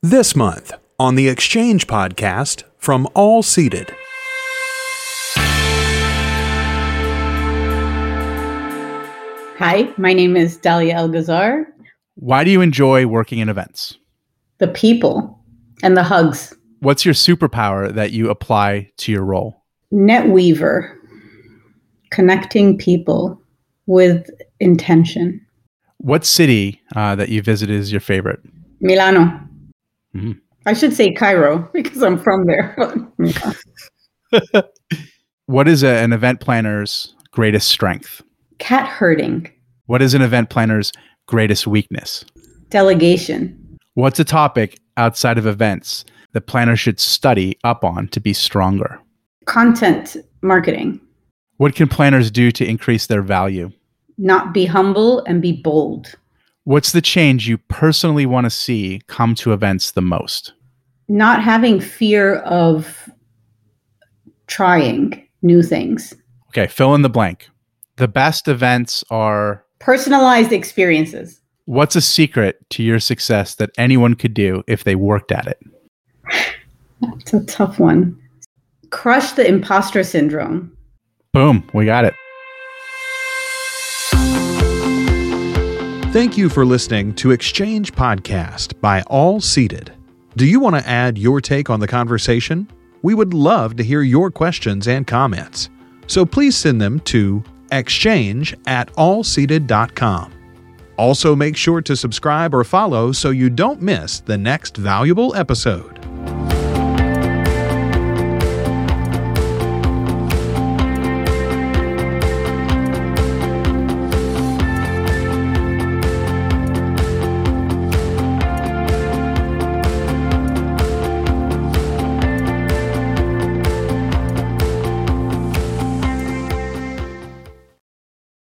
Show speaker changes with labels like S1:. S1: This month on the Exchange Podcast from All Seated.
S2: Hi, my name is Dalia Elgazar.
S3: Why do you enjoy working in events?
S2: The people and the hugs.
S3: What's your superpower that you apply to your role?
S2: Net weaver, connecting people with intention.
S3: What city uh, that you visited is your favorite?
S2: Milano.
S3: Mhm.
S2: I should say Cairo because I'm from there.
S3: What is a, an event planner's greatest strength?
S2: Cat herding,
S3: What is an event planner's greatest weakness?
S2: delegation,
S3: What's a topic outside of events the planner should study up on to be stronger?
S2: content marketing,
S3: What can planners do to increase their value?
S2: not be humble and be bold,
S3: What's the change you personally want to see come to events the most?
S2: not having fear of trying new things.
S3: Okay, fill in the blank. The best events are
S2: Personalized experiences.
S3: What's a secret to your success that anyone could do if they worked at it?
S2: It's a tough one. Crush the imposter syndrome.
S3: Boom, we got it.
S1: Thank you for listening to Exchange Podcast by All Seated. Do you want to add your take on the conversation? We would love to hear your questions and comments. So please send them to exchange at allseated.com. Also, make sure to subscribe or follow so you don't miss the next valuable episode.